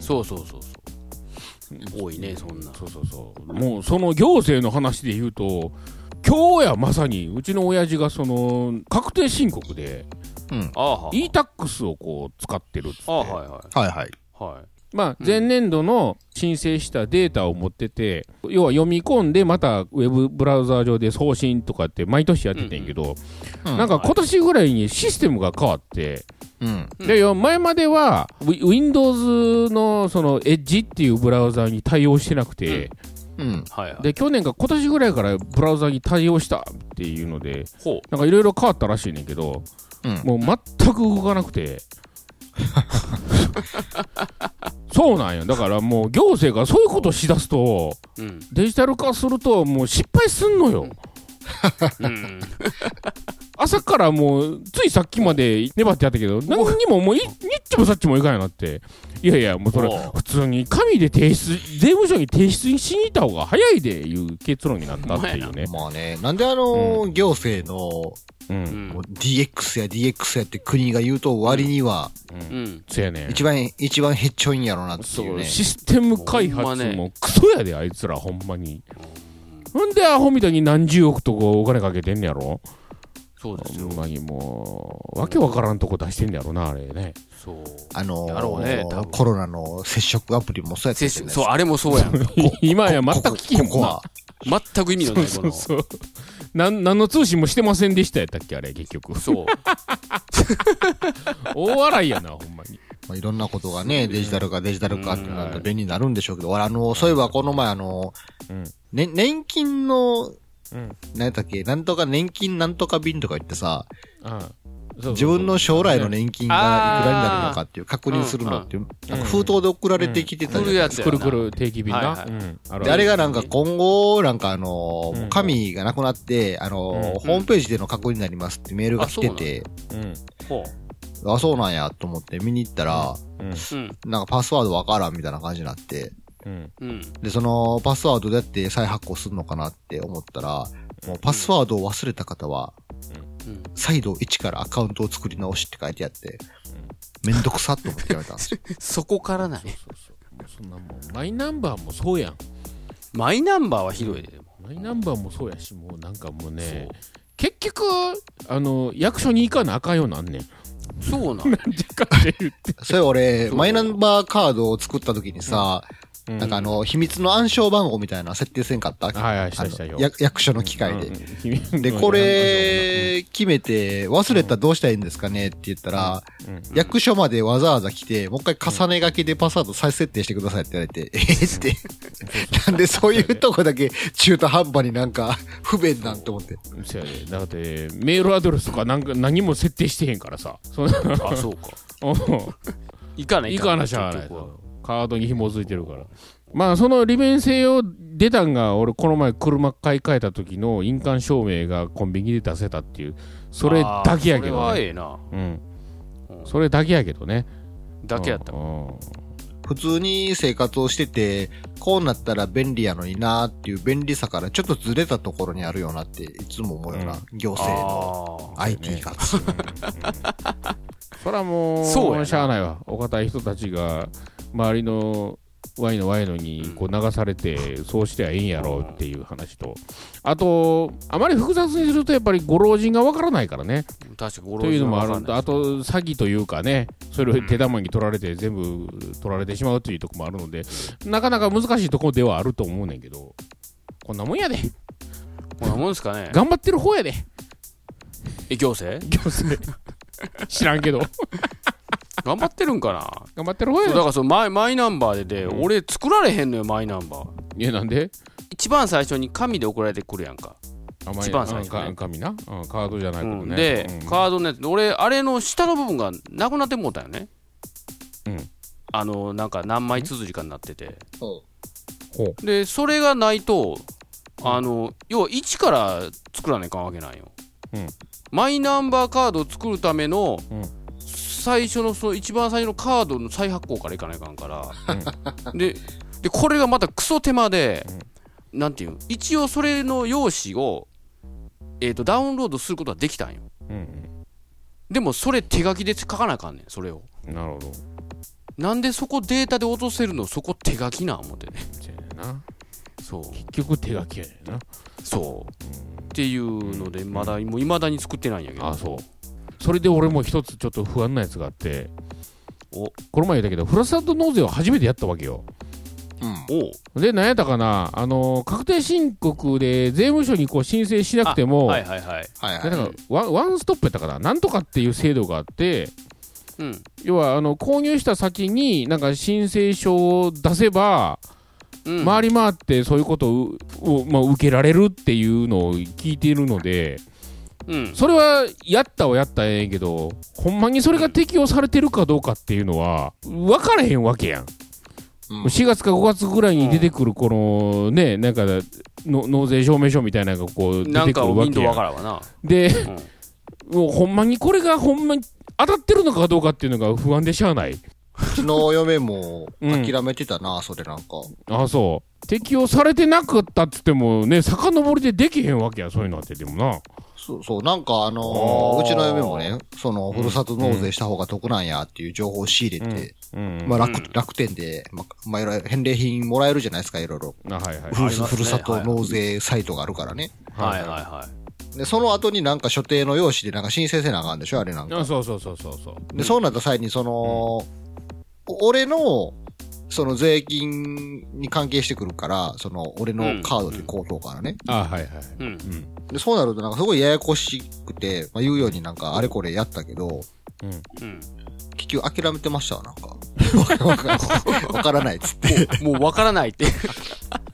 Speaker 5: そうそうそうそう。多いね、そんな。
Speaker 4: そうそうそう。もう、その行政の話で言うと、今日やまさに、うちの親父がその、確定申告で、
Speaker 3: うん。
Speaker 5: ああは。
Speaker 4: e-tax をこう、使ってるっつって。
Speaker 5: ああはいは
Speaker 3: はいは
Speaker 5: い。
Speaker 3: い。
Speaker 5: はい。
Speaker 4: まあ、前年度の申請したデータを持ってて、要は読み込んで、またウェブブラウザー上で送信とかって毎年やっててんけど、
Speaker 3: うん
Speaker 4: なんか今年ぐらいにシステムが変わって、
Speaker 3: うん。
Speaker 5: うん
Speaker 4: で要は前までは、Wi- Windows のその Edge っていうブラウザーに対応してなくて、
Speaker 3: うん。
Speaker 5: はいはい。
Speaker 4: で、去年か今年ぐらいからブラウザーに対応したっていうので、
Speaker 5: ほ
Speaker 4: なんかいろいろ変わったらしいねんけど、
Speaker 3: うん
Speaker 4: もう全く動かな くて。そうなんよ。だからもう行政がそういうことしだすと、
Speaker 5: う。うん。
Speaker 4: デジタル化するともう失敗すんのよ。
Speaker 5: うん。
Speaker 4: 朝からもう、ついさっきまで粘ってやったけど、何にももうい、にっちもさっちもいかんようになって。いやいや、もうそれ
Speaker 5: おう、
Speaker 4: 普通に紙で提出、税務署に提出しに行った方が早いで、いう結論になったっていうね。
Speaker 3: まあね、なんであのー行政の
Speaker 4: う。
Speaker 5: うんん
Speaker 3: もう DX や DX やって国が言うと割には、
Speaker 5: うん。
Speaker 4: そやねん。
Speaker 3: 一番、一番へっちょいんやろなって
Speaker 4: そ
Speaker 3: いう
Speaker 4: う、
Speaker 3: ね。
Speaker 4: システム開
Speaker 5: ほん
Speaker 4: 発
Speaker 5: ま
Speaker 4: も
Speaker 5: ね
Speaker 4: クソやで、あいつら、ほんまに。ほんで、アホみたいに何十億とかお金かけてんねやろ
Speaker 5: そうです
Speaker 4: ほ
Speaker 5: よ
Speaker 4: ん。まにもう、わけわからんとこ出してんねやろな、あれね。
Speaker 5: そう。
Speaker 3: あの
Speaker 5: やろうね多分
Speaker 3: コロナの接触アプリもそうやって
Speaker 5: 接
Speaker 3: るじゃ
Speaker 5: 種
Speaker 3: ない
Speaker 5: そう、あれもそうやん。
Speaker 4: 今や全
Speaker 3: です
Speaker 4: く
Speaker 3: か
Speaker 4: 聞きへん
Speaker 3: ここここ
Speaker 4: もんな
Speaker 3: は。
Speaker 5: 全く意味のないもの。
Speaker 4: そうそうそう。なん、何の通信もしてませんでしたやったっけ、あれ、結局。
Speaker 5: そう。
Speaker 4: 大笑いやな、ほんまに。
Speaker 3: まあ、いろんなことがね、デジタル化、デジタル化ってなると便利になるんでしょうけど、俺、あの、そういえばこの前、あの、
Speaker 4: うん
Speaker 3: ね、年金の、
Speaker 4: うん
Speaker 3: 何やったっけ、なんとか年金なんとか便とか言ってさ、
Speaker 4: ああそう
Speaker 3: 自分の将来の年金がいくらになるのかっていう確認するのって、なんか封筒で送られてきてたじゃ
Speaker 5: 来
Speaker 3: ない
Speaker 5: るやつやな。
Speaker 4: くるくる定期便な。
Speaker 5: はいはい
Speaker 4: うん。あ
Speaker 3: で、あれがなんか今後、なんかあの
Speaker 4: うん、
Speaker 3: 紙がなくなって、あの、
Speaker 4: うん
Speaker 3: ホームページでの確認になりますってメールが来てて、
Speaker 4: うん。
Speaker 5: ほ
Speaker 3: あ、そうなんやと思って見に行ったら、
Speaker 4: うん。
Speaker 5: う。うん。
Speaker 3: なんかパスワードわからんみたいな感じになって、
Speaker 4: うん。
Speaker 5: うん。
Speaker 3: で、そのパスワードどうやって再発行するのかなって思ったら、もうパスワードを忘れた方は、
Speaker 5: うん。
Speaker 3: 再度一からアカウントを作り直しって書いてあって、めんどくさって思ってやめたんですよ。
Speaker 5: そこからない。
Speaker 4: そうそう。もうそんなもん、マイナンバーもそうやん。
Speaker 5: マイナンバーはひどいで、でも。
Speaker 4: マイナンバーもそうやし、もうなんかもうね、結局、あの、役所に行かなあかんようなんねん。
Speaker 5: そう なん。
Speaker 4: 時間で言って。
Speaker 3: それ俺、
Speaker 5: そう
Speaker 3: マイナンバーカードを作った時にさ、
Speaker 4: うん
Speaker 3: なんかあの、秘密の暗証番号みたいな設定せんかった
Speaker 4: はいはい、した
Speaker 3: あ
Speaker 4: したよ
Speaker 3: の。や役所の機械で。
Speaker 4: で
Speaker 3: で、こ、れ、決めて、忘れたらどうしたらいいんですかねって言ったら、
Speaker 4: うん
Speaker 3: 役所までわざわざ来て、もう一回重ね書きでパスワード再設定してくださいって言われて、えーって。なんでそういうとこだけ中途半端になんか不便なんて思って。
Speaker 4: そやで。だって、メールアドレスとかなんか何も設定してへんからさ。そんな
Speaker 5: あ、そうか。
Speaker 4: う
Speaker 5: いかなんい
Speaker 4: いかなしゃあない
Speaker 5: 結局は。
Speaker 4: カードに紐づいてるから。まあ、その利便性を出たんが、俺、この前、車買い替えた時の印鑑証明がコンビニで出せたっていう、それだけやけ
Speaker 5: あーそれ
Speaker 4: ど
Speaker 5: はえ
Speaker 4: ね。
Speaker 5: えな。
Speaker 4: うん。
Speaker 5: うん
Speaker 4: それだけやけどね。
Speaker 5: だけやった。
Speaker 4: うん
Speaker 3: 普通に生活をしてて、こうなったら便利やのになーっていう便利さからちょっとずれたところにあるよなっていつも思うよな。行政の
Speaker 5: あ
Speaker 3: IT が。
Speaker 4: そらもう、
Speaker 5: そうやな
Speaker 4: しゃあないわ。お堅い人たちが、周りのワイのワイのにこう流されて、そうしてはいいんやろうっていう話と、あと、あまり複雑にすると、やっぱりご老人がわからないからね。
Speaker 5: ー確か
Speaker 4: というのもある
Speaker 5: ん
Speaker 4: んと、あと、詐欺というかね、それを手玉に取られて、全部取られてしまうというとこもあるので、なかなか難しいとこではあると思うねんけど、こんなもんやで。
Speaker 5: こんなもんですかね。
Speaker 4: 頑張ってる方やで。
Speaker 5: え行政
Speaker 4: 行政知らん けど
Speaker 5: 頑張ってるんかな
Speaker 4: 頑張ってる方
Speaker 5: そうだ
Speaker 4: や
Speaker 5: からそのマイマイナンバーでで、
Speaker 4: うん
Speaker 5: 俺作られへんのよマイナンバー
Speaker 4: いやなんで
Speaker 5: 一番最初に紙で送られてくるやんか、
Speaker 4: あま
Speaker 5: 一番最初ね
Speaker 4: うんか紙な、うん、カードじゃないこと
Speaker 5: うん
Speaker 4: ね
Speaker 5: で、
Speaker 4: うん
Speaker 5: カードのやつ俺あれの下の部分がなくなってもうたよね
Speaker 4: うん
Speaker 5: あのなんか何枚綴りかになってて
Speaker 4: ほう
Speaker 5: でそれがないとあの要は一から作らないかんわけなんよ、
Speaker 4: うん
Speaker 5: マイナンバーカードを作るための、
Speaker 4: うん
Speaker 5: 最初のその一番最初のカードの再発行からいかないかんから、ででこれがまたクソ手間で、なんていうん一応それの用紙を、えー、とダウンロードすることはできたんよ
Speaker 4: うん
Speaker 5: でもそれ手書きで書かなあかんねんそれを
Speaker 4: うんなるほど
Speaker 5: なんでそこデータで落とせるのそこ手書きなん思ってね
Speaker 4: せやねんな
Speaker 5: そう
Speaker 4: 結局手書きやねんな
Speaker 5: そう、っていうのでまだもういまだに作ってないんやけど
Speaker 4: あそうそれで俺も一つちょっと不安なやつがあって
Speaker 5: お
Speaker 4: この前言ったけどふるさと納税を初めてやったわけよ
Speaker 5: おう
Speaker 4: で何やったかなあの確定申告で税務署にこう申請しなくても、
Speaker 5: はいはいはい
Speaker 3: はい
Speaker 4: で
Speaker 3: は
Speaker 4: なんかワンワンストップやったかななんとかっていう制度があって
Speaker 5: うん
Speaker 4: 要はあの購入した先になんか申請書を出せば、
Speaker 5: うん
Speaker 4: 回り回ってそういうことををまあ、受けられるっていうのを聞いているので
Speaker 5: うん
Speaker 4: それはやったはやったんやけどほんまにそれが適用されてるかどうかっていうのは分からへんわけやん。
Speaker 3: うん
Speaker 4: 4月か5月ぐらいに出てくるこのねなんかの納税証明書みたいなのがこう出
Speaker 5: なん
Speaker 4: てく
Speaker 5: か
Speaker 4: る
Speaker 5: ウィ
Speaker 4: わ
Speaker 5: ン
Speaker 4: け
Speaker 5: ドウ
Speaker 4: や
Speaker 5: わ
Speaker 4: ん
Speaker 5: からんわな
Speaker 4: で
Speaker 5: うん
Speaker 4: もうほんまにこれがほんまに当たってるのかどうかっていうのが不安でしゃあない
Speaker 3: い。うちの嫁も
Speaker 4: うん
Speaker 3: 諦めてたな、それなんか。
Speaker 4: ああそう適用されてなかったっつってもね遡りでできへんわけやそういうのってでもな
Speaker 3: そう、そう、なんかあの
Speaker 4: あ
Speaker 3: ーう
Speaker 4: ー
Speaker 3: ちの嫁もね、その、ふるさと納税した方が得なんやっていう情報を仕入れて、
Speaker 4: うん
Speaker 3: まあ
Speaker 5: う
Speaker 3: 楽
Speaker 5: ん、
Speaker 3: 楽天で、まあ、まあいろいろ返礼品もらえるじゃないですか、いろいろ。
Speaker 4: あはいはい
Speaker 3: ふる
Speaker 5: ありますね
Speaker 3: ふるさと納税サイトがあるからね。
Speaker 5: はいはいは
Speaker 3: で、その後になんか所定の用紙でなんか申請せなあかんでしょ、あれなんか。
Speaker 4: あそうそうそうそうそう
Speaker 3: で、そうなった際に、その、お俺の、その税金に関係してくるから、その、俺のカードで口頭からね。
Speaker 4: あはいはい
Speaker 5: いうん
Speaker 4: うん
Speaker 3: で、そうなるとなんかすごいややこしくて、まあ言うようになんかあれこれやったけど、
Speaker 5: うん
Speaker 3: 結局諦めてましたわ、なんか。 わかわからないっつって。
Speaker 5: もうわからないって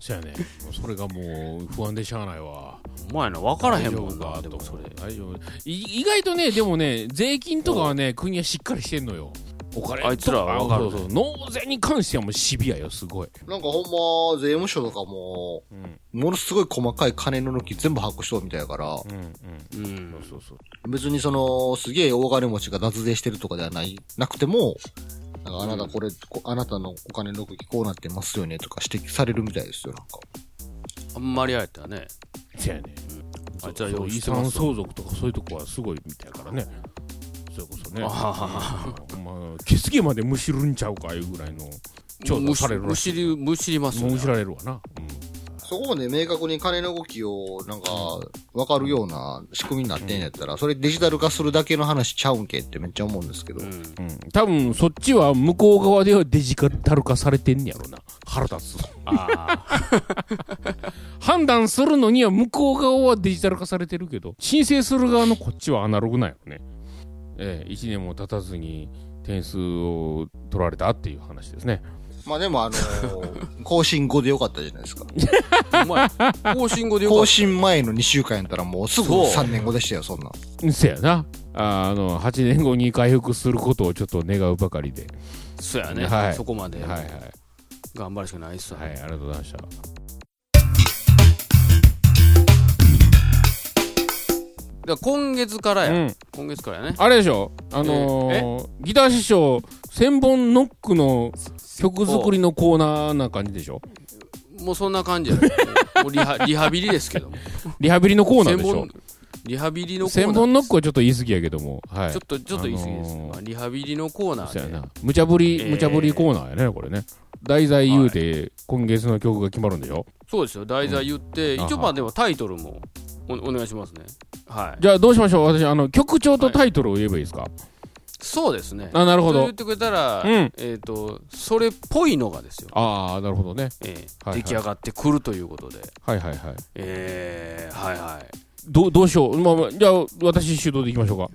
Speaker 4: そやねもうそれがもう不安でしゃあないわ
Speaker 5: お前のわからへんもん
Speaker 4: 大丈夫
Speaker 5: な
Speaker 4: か
Speaker 5: でもそれ
Speaker 4: 大丈夫い意外とねでもね税金とかはね国はしっかりしてんのよお金
Speaker 5: あいつらはわかる
Speaker 4: そうそう納税に関してはもうシビアよすごい
Speaker 3: なんかほんま、税務署とかも、
Speaker 4: うん
Speaker 3: ものすごい細かい金の抜き全部把握しとるみたいやから、
Speaker 4: うんうん
Speaker 5: うん
Speaker 4: そうそうそう
Speaker 3: 別にその、すげえ大金持ちが脱税してるとかではない、なくても、なんかあなたこれ、こあなたのお金の動きこうなってますよねとか指摘されるみたいですよ、なんか。
Speaker 5: あんまりあえたらね
Speaker 4: そやね
Speaker 5: あいつら
Speaker 4: そ
Speaker 5: 用
Speaker 4: う
Speaker 5: 意
Speaker 4: 遺
Speaker 5: してま
Speaker 4: 産
Speaker 5: すよ
Speaker 4: 相続とかそういうとこはすごいみたいからねそれこそね
Speaker 5: あは
Speaker 4: まあ、気付けまでむしるんちゃうかいうぐらいの調査される
Speaker 5: む
Speaker 4: ら
Speaker 5: し
Speaker 4: しい
Speaker 5: りむしりますよ
Speaker 4: もうむし
Speaker 5: ね
Speaker 4: られるわな、
Speaker 3: そこまで明確に金の動きを、なんか、わかるような仕組みになってんやったら、それデジタル化するだけの話ちゃうんけってめっちゃ思うんですけど。
Speaker 5: うん
Speaker 4: うんうん、多分そっちは向こう側ではデジタル化されてんねやろな腹立つ
Speaker 5: ああ
Speaker 4: 判断するのには向こう側はデジタル化されてるけど申請する側のこっちはアナログなんよねええ1年も経たずに点数を取られたっていう話ですね
Speaker 3: まあでもあ のー更新後でよかったじゃないですか。
Speaker 5: お前更新後でよか
Speaker 3: 更
Speaker 5: っ
Speaker 3: 新前の2週間やったらもうすぐ
Speaker 5: そう
Speaker 3: 3年後でしたよ、そんなん。
Speaker 4: せやなああの8年後に回復することをちょっと願うばかりで、
Speaker 5: たそうやね、
Speaker 4: はい
Speaker 5: そこまで
Speaker 4: はいはい
Speaker 5: 頑張るしかないっすわ、
Speaker 4: はいありがとうございました
Speaker 5: だから今月からや、
Speaker 4: うん
Speaker 5: 今月からやね
Speaker 4: あれでしょあのーギター師匠千本ノックの曲作りのコーナーな感じでしょ
Speaker 5: もうそんな感じやねもうリハリハビリです けども
Speaker 4: リハビリのコーナーでしょ
Speaker 5: 千本リハビリのコーナー
Speaker 4: 千本ノックはちょっと言い過ぎやけどもはい
Speaker 5: ちょっとちょっと言い過ぎです、
Speaker 4: あのー
Speaker 5: まあリハビリのコーナー
Speaker 4: そうや
Speaker 5: で
Speaker 4: な無茶ぶり、
Speaker 5: えー
Speaker 4: 無茶ぶりコーナーやねこれね題材言うて、今月の曲が決まるんでしょ
Speaker 5: そうですよ題材言って、
Speaker 4: うん
Speaker 5: 一応まあでもタイトルもおお願いしますねはい
Speaker 4: じゃあどうしましょう私あの曲調とタイトルを言えばいいですか、
Speaker 5: そうですね
Speaker 4: あなるほ
Speaker 5: そう
Speaker 4: ど
Speaker 5: 言ってくれたら、
Speaker 4: うん
Speaker 5: えっ、とそれっぽいのがですよ、
Speaker 4: ああなるほどね
Speaker 5: えー
Speaker 4: はいはい
Speaker 5: 出来上がってくるということで
Speaker 4: はいはいはい
Speaker 5: えー、はいはい
Speaker 4: どうどうしよう、まあまあ、じゃあ、私、手動でいきましょうか。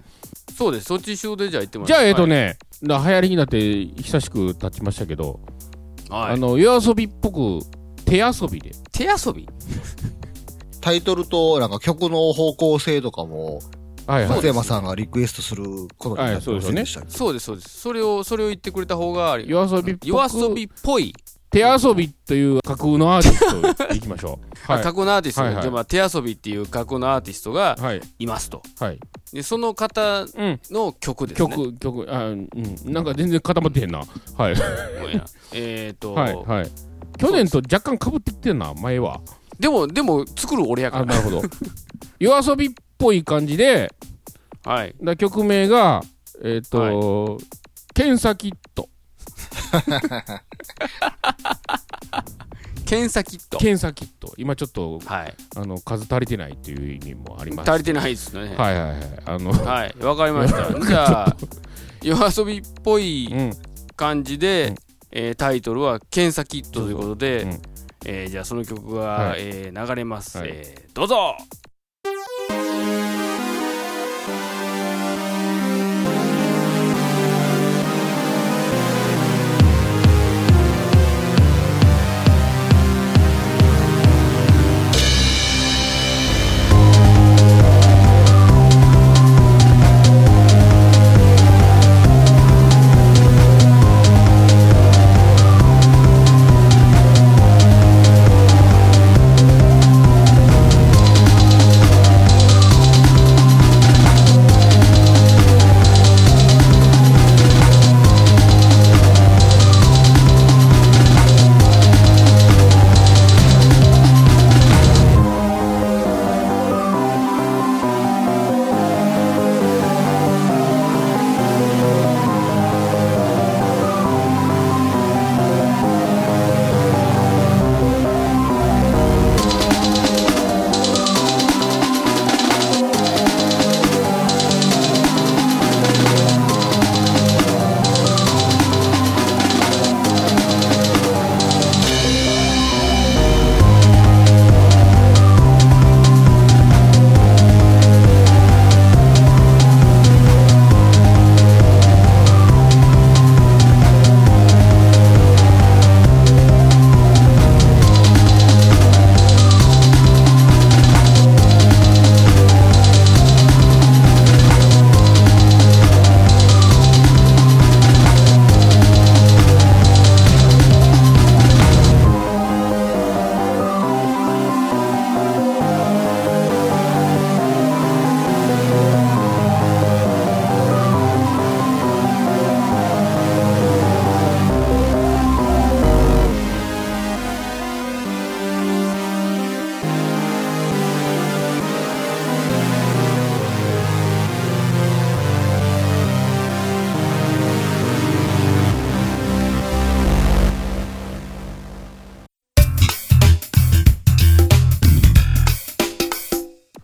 Speaker 5: そうです。そっち主導でじゃあ行っても
Speaker 4: じゃあ、えっ、と
Speaker 5: ね。
Speaker 4: ね、な流行りになって久しく経ちましたけど、
Speaker 5: はい
Speaker 4: あの夜遊びっぽく手遊びで、
Speaker 5: 手遊び
Speaker 3: タイトルと、なんか曲の方向性とかも、
Speaker 4: はいはい、
Speaker 3: 松山さんがリクエストすることになってませんでしたっけ
Speaker 5: そうです、そうです。それを、それを言ってくれた方が、夜
Speaker 4: 夜遊びっぽく
Speaker 5: 遊びっぽい、
Speaker 4: 手遊びという架空のアーティストでいきましょう。
Speaker 5: あ
Speaker 4: はい、
Speaker 5: 過去のアーティストね、
Speaker 4: はいはい
Speaker 5: じゃあまあ手遊びっていう過去のアーティストが
Speaker 4: はい、
Speaker 5: いますと。
Speaker 4: はい、
Speaker 5: で、その方
Speaker 4: うん、
Speaker 5: の曲ですね。
Speaker 4: 曲、曲、あ、うん、なんか全然固まってへんな。は
Speaker 5: も
Speaker 4: い、
Speaker 5: うやえっと、
Speaker 4: はい、はい。去年と若干かぶってきてんな、前は。
Speaker 5: でも、でも、作る俺や
Speaker 4: あ、
Speaker 5: か
Speaker 4: なるほど。夜遊びっぽい感じで、
Speaker 5: ら。はい。
Speaker 4: だ曲名が、えっ、と、検査キット。
Speaker 5: 検査キット。
Speaker 4: 検査キット。今ちょっと、
Speaker 5: はい。
Speaker 4: あの、数足りてないっていう意味もあります。
Speaker 5: 足りてないですね。
Speaker 4: はいはいはい。あの、
Speaker 5: はい。わかりました。じゃあ、夜遊びっぽい
Speaker 4: うん。
Speaker 5: 感じ
Speaker 4: う
Speaker 5: で
Speaker 4: ん、
Speaker 5: えータイトルは「検査キット」ということで
Speaker 4: そうそううん、
Speaker 5: えーじゃあその曲が、
Speaker 4: はい
Speaker 5: えー流れます、
Speaker 4: はい
Speaker 5: えーどうぞ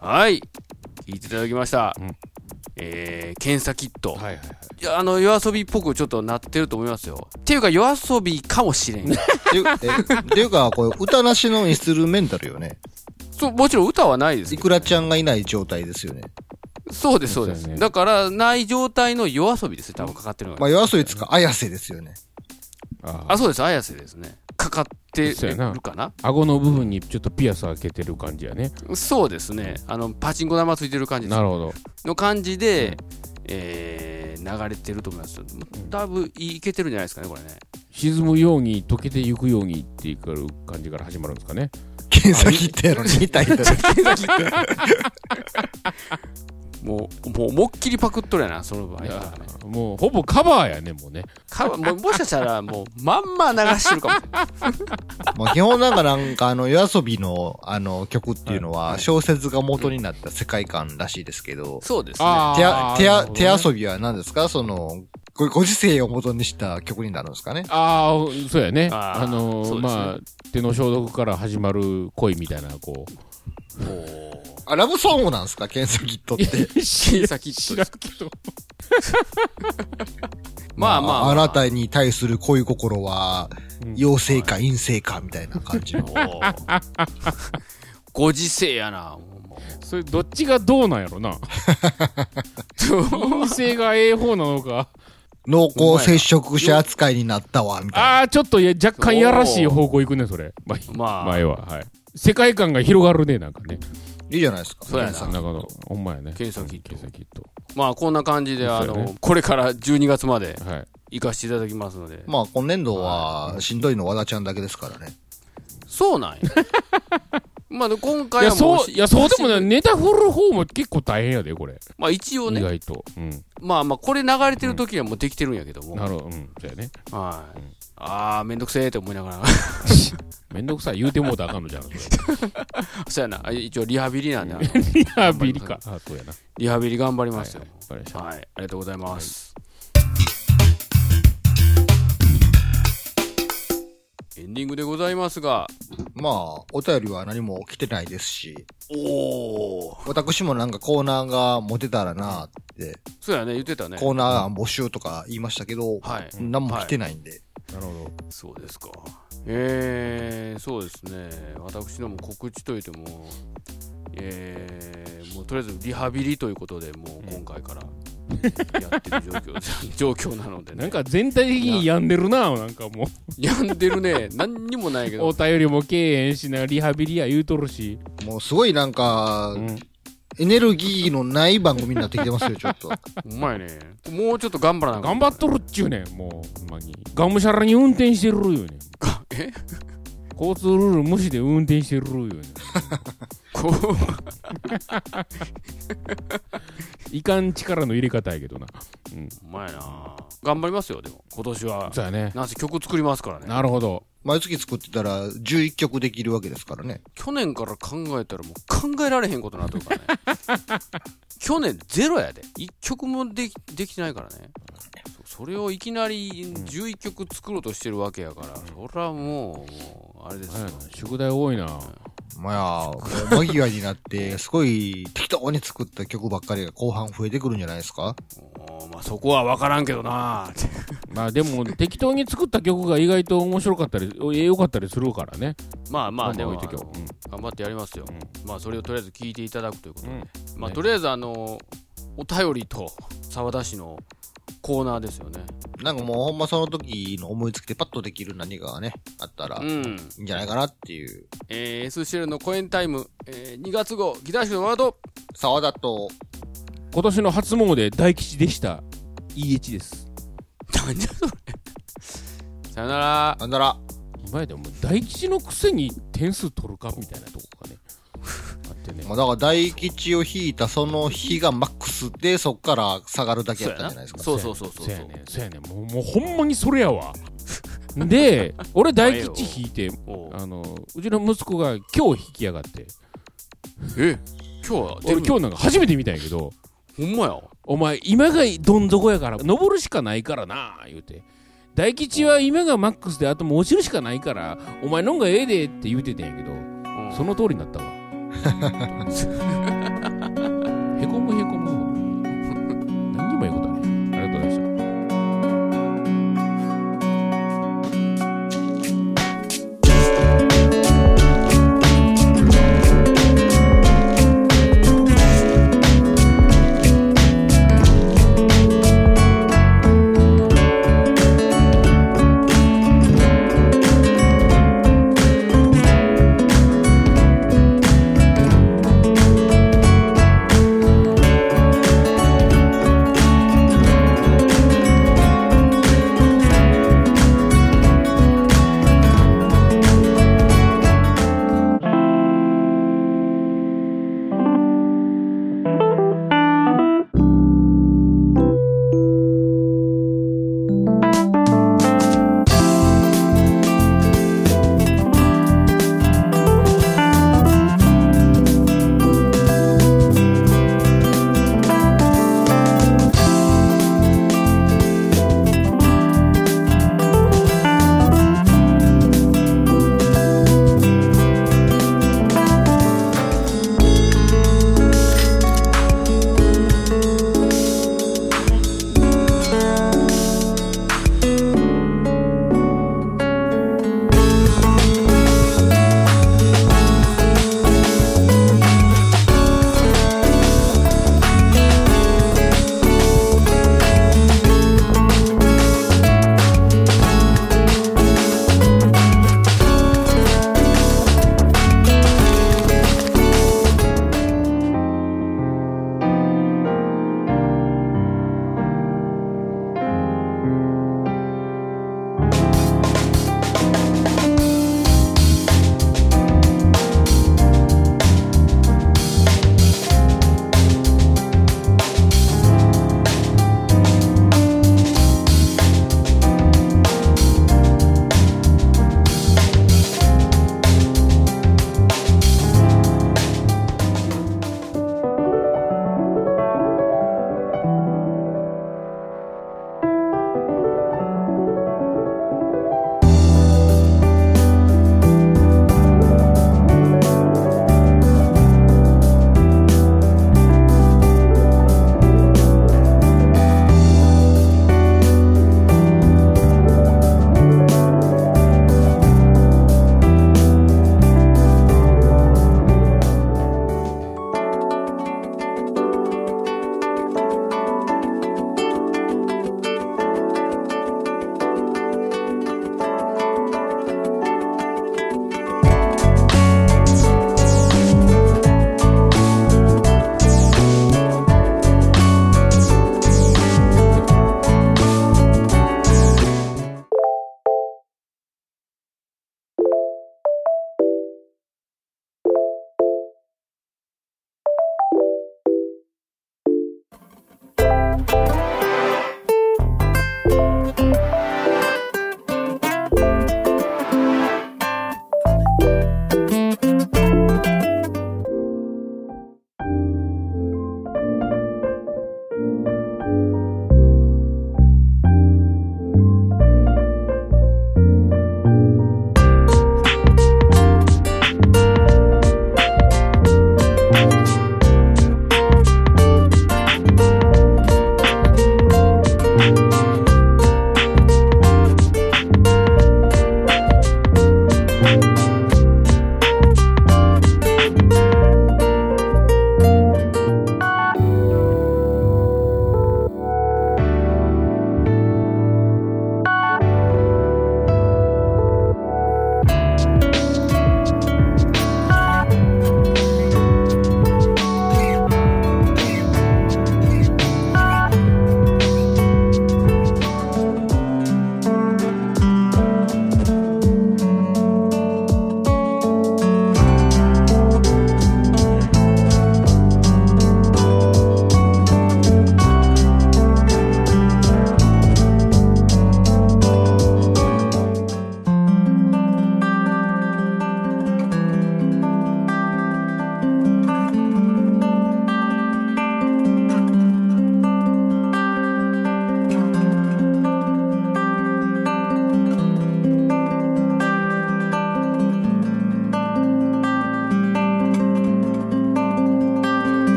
Speaker 5: はい聴いていただきました、
Speaker 4: うん
Speaker 5: えー検査キット、
Speaker 4: はいはい
Speaker 5: いやあの夜遊びっぽくちょっとなってると思いますよっていうか夜遊びかもしれん
Speaker 3: っていうえっていうか、これ、歌なしのインストゥルメンタルよね。
Speaker 5: そうもちろん歌はないです
Speaker 3: い
Speaker 5: けど
Speaker 3: くらちゃんがいない状態ですよね。
Speaker 5: そうですそうです
Speaker 4: そうですよね
Speaker 5: だからない状態の夜遊びですね多分かかってるのが、
Speaker 3: まあ、夜遊びつか、綾瀬ですよね。
Speaker 4: あ
Speaker 5: あそうです綾瀬ですねかかって
Speaker 4: そうやな
Speaker 5: るかな
Speaker 4: 顎の部分にちょっとピアス開けてる感じやね。
Speaker 5: そうですねあのパチンコ玉ついてる感じです
Speaker 4: なるほど。
Speaker 5: の感じで、えー流れてると思います。だいぶいけてるんじゃないですかね、これね。
Speaker 4: 沈むように溶けてゆくようにっていう感じから始まるんですかね。
Speaker 3: 検査切ったやろ、2体だ
Speaker 5: もう、もう思いっきりパクっとるやな、その場合
Speaker 4: いや
Speaker 5: はね。
Speaker 4: もうほぼカバーやね、もうね。
Speaker 5: かもうもしかしたら、もう、まんま流してるかもしれない。
Speaker 3: まあ、基本なんかなんかあの夜遊びのあの曲っていうのは小説が元になった世界観らしいですけど、
Speaker 5: そうですね。
Speaker 3: 手や
Speaker 4: あ
Speaker 3: 手や手遊びは何ですかそのごご時世を元にした曲になるんですかね
Speaker 4: ああ、そうやね。
Speaker 5: あ
Speaker 4: あ
Speaker 5: ー
Speaker 4: のー
Speaker 5: そうですね
Speaker 4: まあ、手の消毒から始まる恋みたいな、こ う。
Speaker 3: あラブソングなんですか検査キットって。
Speaker 5: 検査キット
Speaker 4: 知
Speaker 5: で
Speaker 4: ら
Speaker 5: す
Speaker 4: ん。けど。
Speaker 5: まあまあ、ま
Speaker 3: あなたに対する恋心は
Speaker 4: うん
Speaker 3: 妖精か陰性かみたいな感じ
Speaker 5: お
Speaker 3: の。
Speaker 5: ーご時世やな。もう
Speaker 4: それどっちがどうなんやろな陰性がええ方なのか
Speaker 3: 濃厚接触者扱いになったわ、みたいな。
Speaker 4: ああちょっといや若干やらしい方向いくねそれまあ
Speaker 5: まあ、
Speaker 4: 前ははい世界観が広がるねなんかね
Speaker 3: いいじゃないですか。
Speaker 5: そうやな
Speaker 4: なんかのほんまやね
Speaker 5: 検査キット
Speaker 4: 検査キット
Speaker 5: まあこんな感じで、あ
Speaker 4: そうやね
Speaker 5: の、これから12月まで
Speaker 4: はい
Speaker 5: 行かせていただきますので。
Speaker 3: まあ、今年度は、しんどいの和田ちゃんだけですからね。
Speaker 5: そう なんや。まあで今
Speaker 4: い
Speaker 5: 回
Speaker 4: や
Speaker 5: はも
Speaker 4: そういやそうでもないネタ振る方も結構大変やでこれ
Speaker 5: まあ一応
Speaker 4: 意
Speaker 5: ね、
Speaker 4: 外とうん
Speaker 5: まあまあこれ流れてる時はもうできてるんやけども。
Speaker 4: なるほどうんそうやね
Speaker 5: はい。ああ、めんどくせえって思いながら。
Speaker 4: めんどくさい言うてもうたらあかんのじゃんそれ
Speaker 5: そうやな。あ一応リハビリ なんで、あの
Speaker 4: リハビリかあそうやな
Speaker 5: リハビリ頑張りますよ。
Speaker 4: わかりました
Speaker 5: はい、ありがとうございます。エンディングでございますが、
Speaker 3: まあ、お便りは何も来てないですし、
Speaker 5: おお、
Speaker 3: 私もなんかコーナーが持てたらなって、
Speaker 5: そうやね、言ってたね。
Speaker 3: コーナー案募集とか言いましたけど、
Speaker 5: はい、
Speaker 3: 何も来てないんで。
Speaker 4: なるほど
Speaker 5: そうですか。えー、そうですね、私のも告知といっても、えー、もうとりあえずリハビリということで、もう今回からやってる状況状況なのでね、
Speaker 4: なんか全体的に病んでるななんかも
Speaker 5: 病んでるね、何にもないけ
Speaker 4: う
Speaker 5: ど
Speaker 4: お、便りもけえへんしなリハビリや言うとるし
Speaker 3: もうすごいなんか、
Speaker 4: うん
Speaker 3: エネルギーのない番組になってきてますよ、ちょっと。
Speaker 5: うまいね、もうちょっと頑張らなあか
Speaker 4: 頑
Speaker 5: ん
Speaker 4: 張っとるっちゅうねんもうほんまにがむしゃらに運転してるよねん
Speaker 5: え
Speaker 4: 交通ルール無視で運転してるよねん
Speaker 5: こう
Speaker 4: いかん力の入れ方やけどな
Speaker 5: うまいな頑張りますよでも今年は
Speaker 4: そうやね
Speaker 5: なんせ曲作りますからね
Speaker 4: なるほど
Speaker 3: 毎月作ってたら11曲できるわけですからね。
Speaker 5: 去年から考えたらもう考えられへんことになっとるからね 去年ゼロやで1曲もできできてないからねそそれをいきなり11曲作ろうとしてるわけやから、そりゃもうもうあれです
Speaker 4: なん
Speaker 5: よ、
Speaker 4: や宿題多いな
Speaker 3: まあ、もう間際になって、すごい適当に作った曲ばっかりが後半増えてくるんじゃないですか
Speaker 5: もうまあ、そこは分からんけど な
Speaker 4: まあでも適当に作った曲が意外と面白かったりえ良かったりするからね
Speaker 5: まあまあでも
Speaker 4: 置いときょ
Speaker 5: 頑張ってやりますよ、
Speaker 4: う
Speaker 5: まあそれをとりあえず聞いていただくということで、
Speaker 4: うん
Speaker 5: まあ
Speaker 4: ね
Speaker 5: とりあえずあのお便りと沢田氏のコーナーですよね
Speaker 3: なんかもうほんまその時の思いつきでパッとできる何かがね、あったら
Speaker 5: う
Speaker 3: い
Speaker 5: ん、
Speaker 3: いんじゃないかなっていう。
Speaker 5: えー、SCL の公演タイム、えー、2月号ギター集のワー ド
Speaker 3: 沢田と、
Speaker 4: 今年の初詣大吉でした EH です
Speaker 5: なんじゃそれさよなら
Speaker 3: なんだら、
Speaker 4: 前でも大吉のくせに点数取るかみたいなとこがねあってね
Speaker 3: まあ、だから大吉を引いたその日がマックスで、そっから下がるだけやったんじゃないですか。
Speaker 5: そうそうそうそう
Speaker 4: そうやねんそうやねんもうもうほんまにそれやわで俺大吉引いて
Speaker 5: おう
Speaker 4: あのうちの息子が今日引きやがって
Speaker 5: え今日は出
Speaker 4: 俺
Speaker 5: る
Speaker 4: 今日なんか初めて見たんやけど
Speaker 5: ほんまや
Speaker 4: お前今がどん底やから登るしかないからな言うて大吉は今がマックスであともう落ちるしかないからお前のんがええでって言うてたんやけど
Speaker 5: うん
Speaker 4: その通りに なったわ へこむへこむ何にもええこと